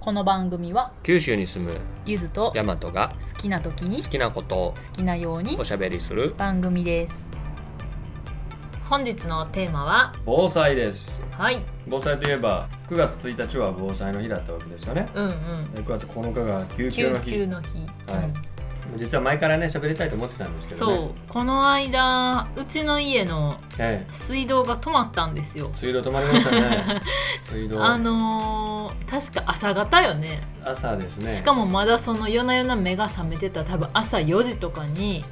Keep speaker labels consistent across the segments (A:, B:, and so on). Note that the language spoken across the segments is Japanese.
A: この番組は
B: 九州に住む
A: ゆずと
B: ヤマトが
A: 好きな時に
B: 好
A: 好
B: きなことを
A: きなように
B: おしゃべりする
A: 番組です本日のテーマは
B: 防災です
A: はい
B: 防災といえば9月1日は防災の日だったわけですよね
A: うんうん
B: え9月9日が救急
A: 救
B: の日
A: 急の日、
B: はい実は前からね喋りたいと思ってたんですけどね
A: そうこの間うちの家の
B: え
A: 水道が止まったんですよ
B: え水道止まりました ね水道
A: あのー確か朝方よね
B: 朝ですね
A: しかもまだその夜な夜な目が覚めてた多分朝4時とかに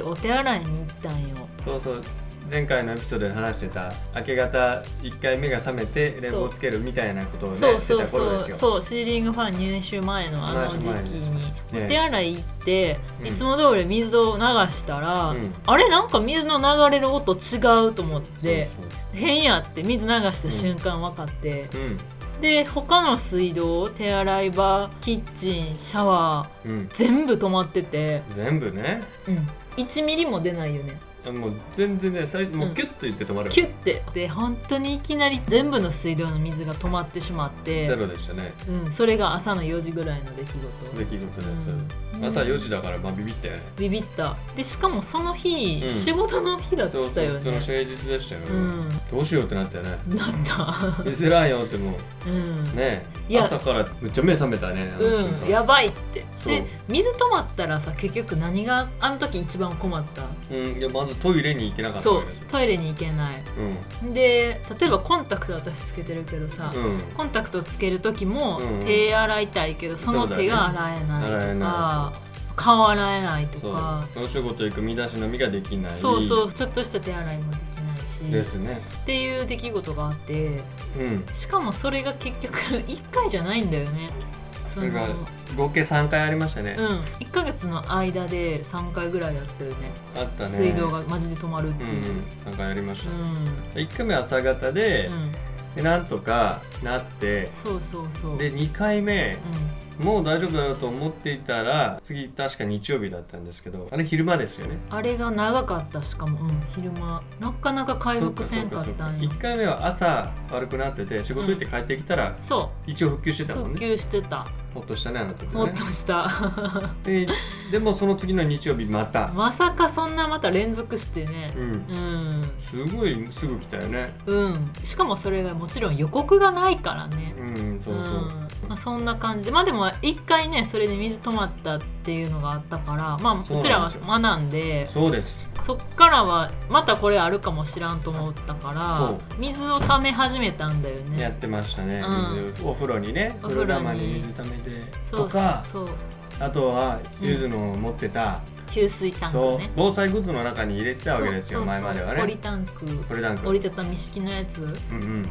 B: うん、
A: お手洗いに行ったんよ
B: そうそう前回のエピソードで話してた明け方一回目が覚めて冷房つけるみたいなことをね
A: そう
B: して
A: そう
B: た頃
A: そ
B: で
A: う
B: すよ
A: そうシーリングファン入手前のあの時期に
B: 前です
A: お手洗い行って、
B: うん
A: いつも通り水を流したら、
B: うん
A: あれなんか水の流れる音違うと思って
B: そう
A: 変やって水流した瞬間分かって、
B: そう
A: で他の水道手洗い場キッチンシャワー
B: うんうん
A: 全部止まってて、
B: 全部ね
A: うん、1ミリも出ないよね
B: もう全然ね最もううんキュッといって止まる、
A: キュッてで本当にいきなり全部の水道の水が止まってしまって
B: ゼロでしたね
A: うん、それが朝の4時ぐらいの出来
B: 出来事です、
A: 事、うん
B: 朝4時だからまあビビったよね
A: ビビったでしかもその日、
B: うん
A: 仕事の日だった
B: そう
A: よ
B: そう
A: ね
B: その平日でしたよね、
A: うん
B: どうしようってなったよね
A: なった、
B: 見せらんよっても
A: うん
B: うね
A: いや
B: 朝からめっちゃ目覚めたねあの瞬間
A: うん、やばいって
B: そう
A: で水止まったらさ結局何があの時一番困った
B: うん、いやまずトイレに行けなかった
A: そう
B: わけですよ
A: トイレに行けない
B: うん
A: で例えばコンタクト私つけてるけどさ、
B: うん
A: コンタクトつける時も
B: うんうん
A: 手洗いたいけどその手が洗えない
B: そうだね洗え
A: と
B: な
A: か顔洗えないと
B: そう
A: か
B: お仕事行く身だしなみができない
A: そうそうちょっとした手洗いもできないし
B: ですね
A: っていう出来事があって
B: うん
A: しかもそれが結局 1回じゃないんだよねそ
B: それが
A: の
B: 合計3回ありましたね、
A: うん1ヶ月の間で3回ぐらいやったよね
B: あったね
A: 水道がマジで止まるっ
B: うん
A: て
B: う
A: いうん
B: 3回ありまし
A: う
B: た、
A: ん、
B: 1回目は朝方で,、
A: うん
B: でなんとかなって
A: そうそうそう
B: で2回目
A: う
B: もう大丈夫だよと思っていたら次確か日曜日だったんですけどあれ昼間ですよね
A: ん、あれが長かったしかも、うん、昼間なかなか回復せんかったんよ
B: 1回目は朝悪くなってて仕事行って帰ってきたら
A: そう
B: 一応復旧してたもん
A: 復
B: ね
A: 旧してた、
B: ほっとしたねあの時
A: も
B: は
A: っ
B: ね
A: とした。
B: ででもその次の日曜日また、
A: まさかそんなまた連続してね
B: う。ん、
A: うん。
B: すごいすぐ来たよね
A: うん。しかもそれがもちろん予告がないからね。
B: うんそうそう、
A: んまあ、そんな感じでまあでも一回ねそれで水止まったっていうのがあったからまあ
B: そうう
A: ちら
B: なん
A: は
B: ですよ
A: 学んで
B: そうです
A: そっからはまたこれあるかもしらんと思ったから水を溜め始めたんだよ
B: やっ
A: ね
B: てましたね、
A: うん
B: 水お風呂にね
A: お
B: 風
A: 風呂
B: 呂
A: に
B: 釜に水溜めて
A: そ
B: と
A: う
B: か
A: そうそう
B: あとは
A: うん
B: ゆずの持ってた、
A: 給水タンク
B: そう
A: ね
B: 防災グッズの中に入れてたわけですよ
A: そうそう
B: 前までは
A: 折り
B: ね
A: タンク
B: これなんか
A: 折りたたみ式のやつ
B: うんうん
A: うん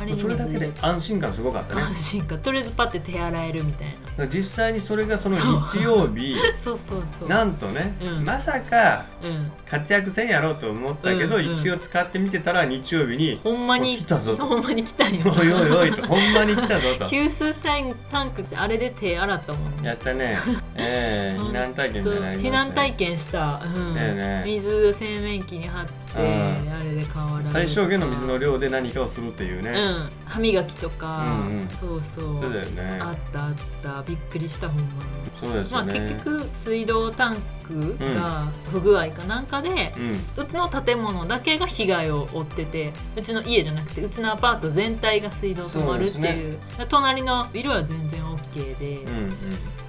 A: あれに
B: それだ
A: 水
B: け
A: 入れ
B: で
A: て
B: 安心感すごかったね
A: 安心かとりあえずパッて手洗えるみたいな
B: 実際にそれがその
A: そう
B: 日曜日
A: そうそう そう
B: なんとね、
A: うん
B: まさか
A: うん
B: 活躍せんやろうと思ったけど、
A: うんうん
B: 一応使ってみてたら日曜日に
A: ほんまに
B: 来たぞと
A: ほんまに来たよ
B: 「おいおいおい」 と「ほんまに来たぞ」と
A: 給水タンタンクってあれで手洗ったもんね
B: やったね ええ避難体験みたいなのありましたね
A: 避難体験した、うん
B: だよね
A: 水洗面器に貼って、
B: うん
A: あれで顔洗うとか
B: 最小限の水の量で何かをするっていう
A: う
B: ね、
A: ん歯磨きとか、
B: うんうん
A: そうそう
B: そうだよね
A: あったあったびっくりしたほんまに
B: そうです
A: ま
B: よ
A: あ、
B: ね、
A: 結局水道タンクが不具合かなんかで、うちの建物だけが被害を負っててうちの家じゃなくてうちのアパート全体が水道止まるって
B: そう
A: いう隣のビルは全然 OK で、
B: うんうんうん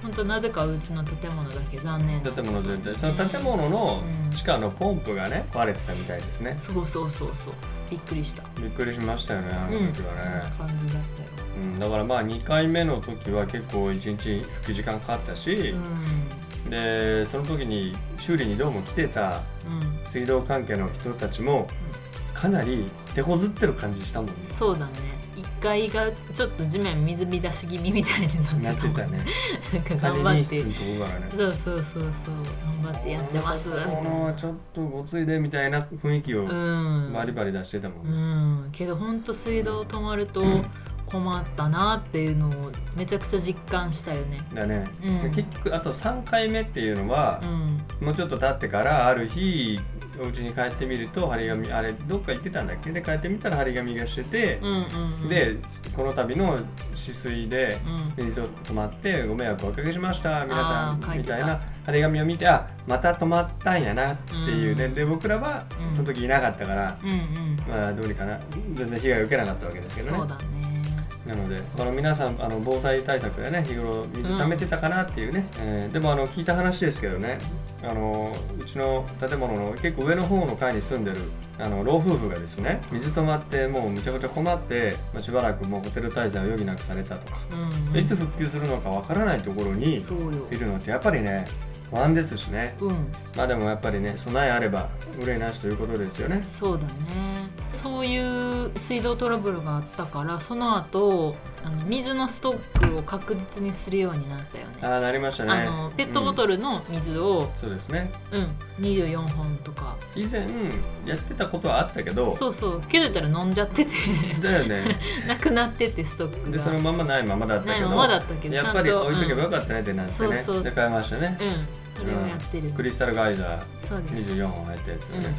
A: ほんとなぜかうちの建物だけ残念
B: 建物全体その建物の
A: うん
B: 地下のポンプがね壊れてたみたいですね
A: そうそうそうそうびっくりした
B: びっくりしましたよねあの時は
A: そんな
B: ね、
A: 感じだったよ
B: うんだからまあ2回目の時は結構1日復帰時間かかったし
A: う、ん
B: でその時に修理にどうも来てた
A: うん
B: 水道関係の人たちもかなり手こずってる感じしたもんね
A: そうだね1階がちょっと地面水浸し気味みたいにな
B: な
A: っ
B: っ
A: た
B: てて
A: もん
B: たね
A: なんか頑張
B: 管理
A: って
B: 室のところがね
A: そうそうそうそう頑張ってやってますみたい
B: このちょっとごついでみたいな雰囲気を
A: なうん
B: バリバリ出してたもんね、
A: うんけどほんと水道止まると
B: うん
A: 困ったなっていうのをめちゃくちゃ実感したよね
B: だね、
A: うん
B: 結局あと3回目っていうのは
A: う、ん
B: もうちょっと経ってからある日お家に帰ってみると張り紙あれどっか行ってたんだっけで帰ってみたら張り紙がしてて、
A: うんうんうん、
B: でこの度の止水で
A: うん
B: 一度止まってご迷惑をおかけしました皆さ
A: あー書
B: ん
A: い
B: み
A: てた
B: たいな張り紙を見てあまた止まったんやなっていうね、
A: うん
B: で僕らは
A: うん
B: その時いなかったから、
A: うんうん
B: まあどうにかな全然被害を受けなかったわけですけど
A: そう
B: ね
A: だね
B: なのであの皆さんあの防災対策でね日頃水溜めてたかなっていうね、えーでもあの聞いた話ですけどねあのうちの建物の結構上の方の階に住んでるあの老夫婦がですね水溜まってもうむちゃくちゃ困って、まあ、しばらくもうホテル滞在を余儀なくされたとか、
A: うん、うん、
B: いつ復旧するのかわからないところにい
A: そうよ
B: るのってやっぱりね不安ですしね
A: うん
B: まあでもやっぱりね備えあれば憂いなしということですよね
A: そうだねそういう水道トラブルがあったからその後あの水のストックを確実にするようになったよね
B: ああなりましたね
A: あのペットボ
B: ル、
A: トルの水を、
B: うんそうですね
A: うん24本とか
B: 以前やってたことはあったけど
A: そうそう気づいたら飲んじゃってて
B: だよ ね
A: なくなっててストック
B: で
A: が
B: そのままないままだった
A: ない
B: けど
A: ままだったけど
B: やっぱり
A: ちゃんと
B: 置いとけば
A: う
B: よかったねってなって
A: そう
B: ね、
A: そう
B: で買いましたね、
A: ん、うんそれをやってる、
B: クリスタルガイザー
A: そうです、
B: 24本入ったやつ
A: うんう
B: ね、
A: ん、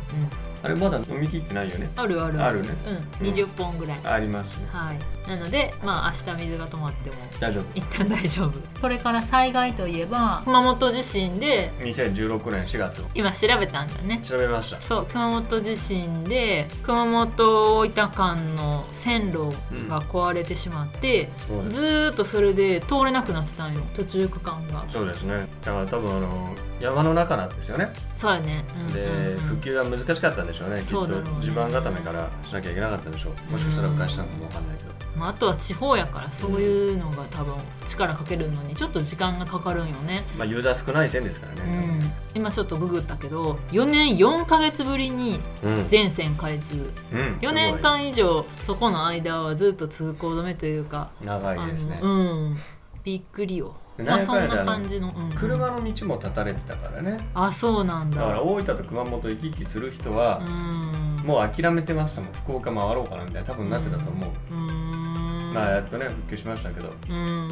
B: あれまだ飲み切ってないよね
A: あるある
B: あるね
A: うん、
B: うん
A: 20本ぐらい、
B: ありますね
A: はいなのでまあ明日水が止まっても
B: 大丈夫
A: 一旦大丈夫これから災害といえば熊本地震で
B: 2016年4月を
A: 今調べたんだね
B: 調べました
A: そう熊本地震で熊本大分間の線路が壊れてしまって、
B: そうです
A: ずーっとそれで通れなくなってたんよ途中区間が
B: そうですねだから多分あの山の中なんですよね
A: そうやね、うん
B: で、
A: うんうん
B: 復旧が難しかったんでしょうねきっ
A: そ
B: と
A: うだろうね
B: 地盤固めからしなきゃいけなかったんでしょうもしかしたら昔なのかもわかんないけど
A: まあ、あとは地方やからそういうのが多分力かけるのにちょっと時間がかかるんよね、
B: まあユーザー少ない線ですから
A: う
B: ね
A: ん、今ちょっとググったけど4年4ヶ月ぶりに
B: うん、うん、
A: 全線開通4年間以上そこの間はずっと通行止めというか、
B: すごい長いですね
A: あのうんびっくりよ
B: で
A: まあ
B: 何
A: そ
B: 回
A: ん
B: か
A: な
B: あの
A: 感じの、うん、
B: 車の道も断たれてたからね
A: あそうなん
B: だ
A: だ
B: から大分と熊本行き来する人
A: う
B: は、
A: ん
B: もう諦めてましたもん福岡回ろうかなみたいな多分なってたと思う、
A: うーん
B: まあやっとね復旧しましたけど、
A: うん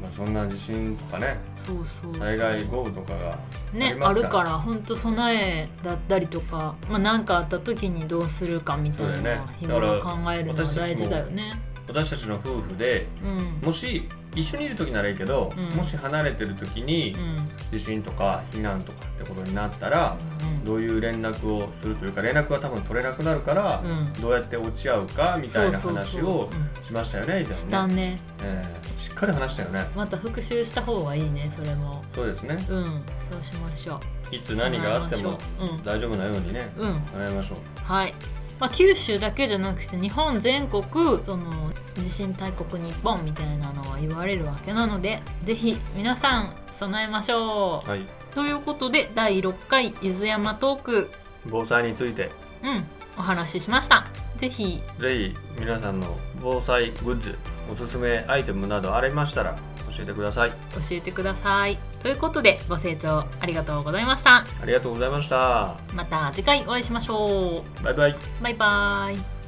B: まあ、そんな地震とかね
A: そうそうそう
B: 災害豪雨とかがあ
A: ね
B: り
A: あ
B: ます
A: るから本当備えだったりとかまあ何かあった時にどうするかみたい
B: そうだよ
A: な
B: ね
A: 日頃
B: だか
A: 考
B: ら
A: えるのは大事だよね
B: 私たちの夫婦で
A: うんうん
B: もし一緒にいる時ならいいけど、
A: うん
B: もし離れてる時に地震とか避難とかってことになったら、どういう連絡をするというか連絡は多分取れなくなるから
A: う、ん
B: どうやって落ち合うかみたいな
A: そうそうそ
B: 話
A: う
B: を
A: うん
B: しましたよね以前ね
A: したね
B: えーしっかり話したよね
A: また復習した方がいいねそれも
B: そうですね
A: うんそうしましょう
B: いつ何があっても
A: う
B: 大丈夫なようにね
A: ん、うん、
B: 考えましょう
A: はい、まあ、九州だけじゃなくて日本全国その地震大国日本みたいなのは言われるわけなのでぜひ皆さん備えましょう、
B: はい
A: ということで第6回ゆず山トーク、
B: 防災について
A: うん、お話ししましたぜひ
B: ぜひ皆さんの防災グッズおすすめアイテムなどありましたら教えてください
A: 教えてくださいということでご清聴ありがとうございました
B: ありがとうございました
A: また次回お会いしましょ
B: バイバイ
A: うバイバイ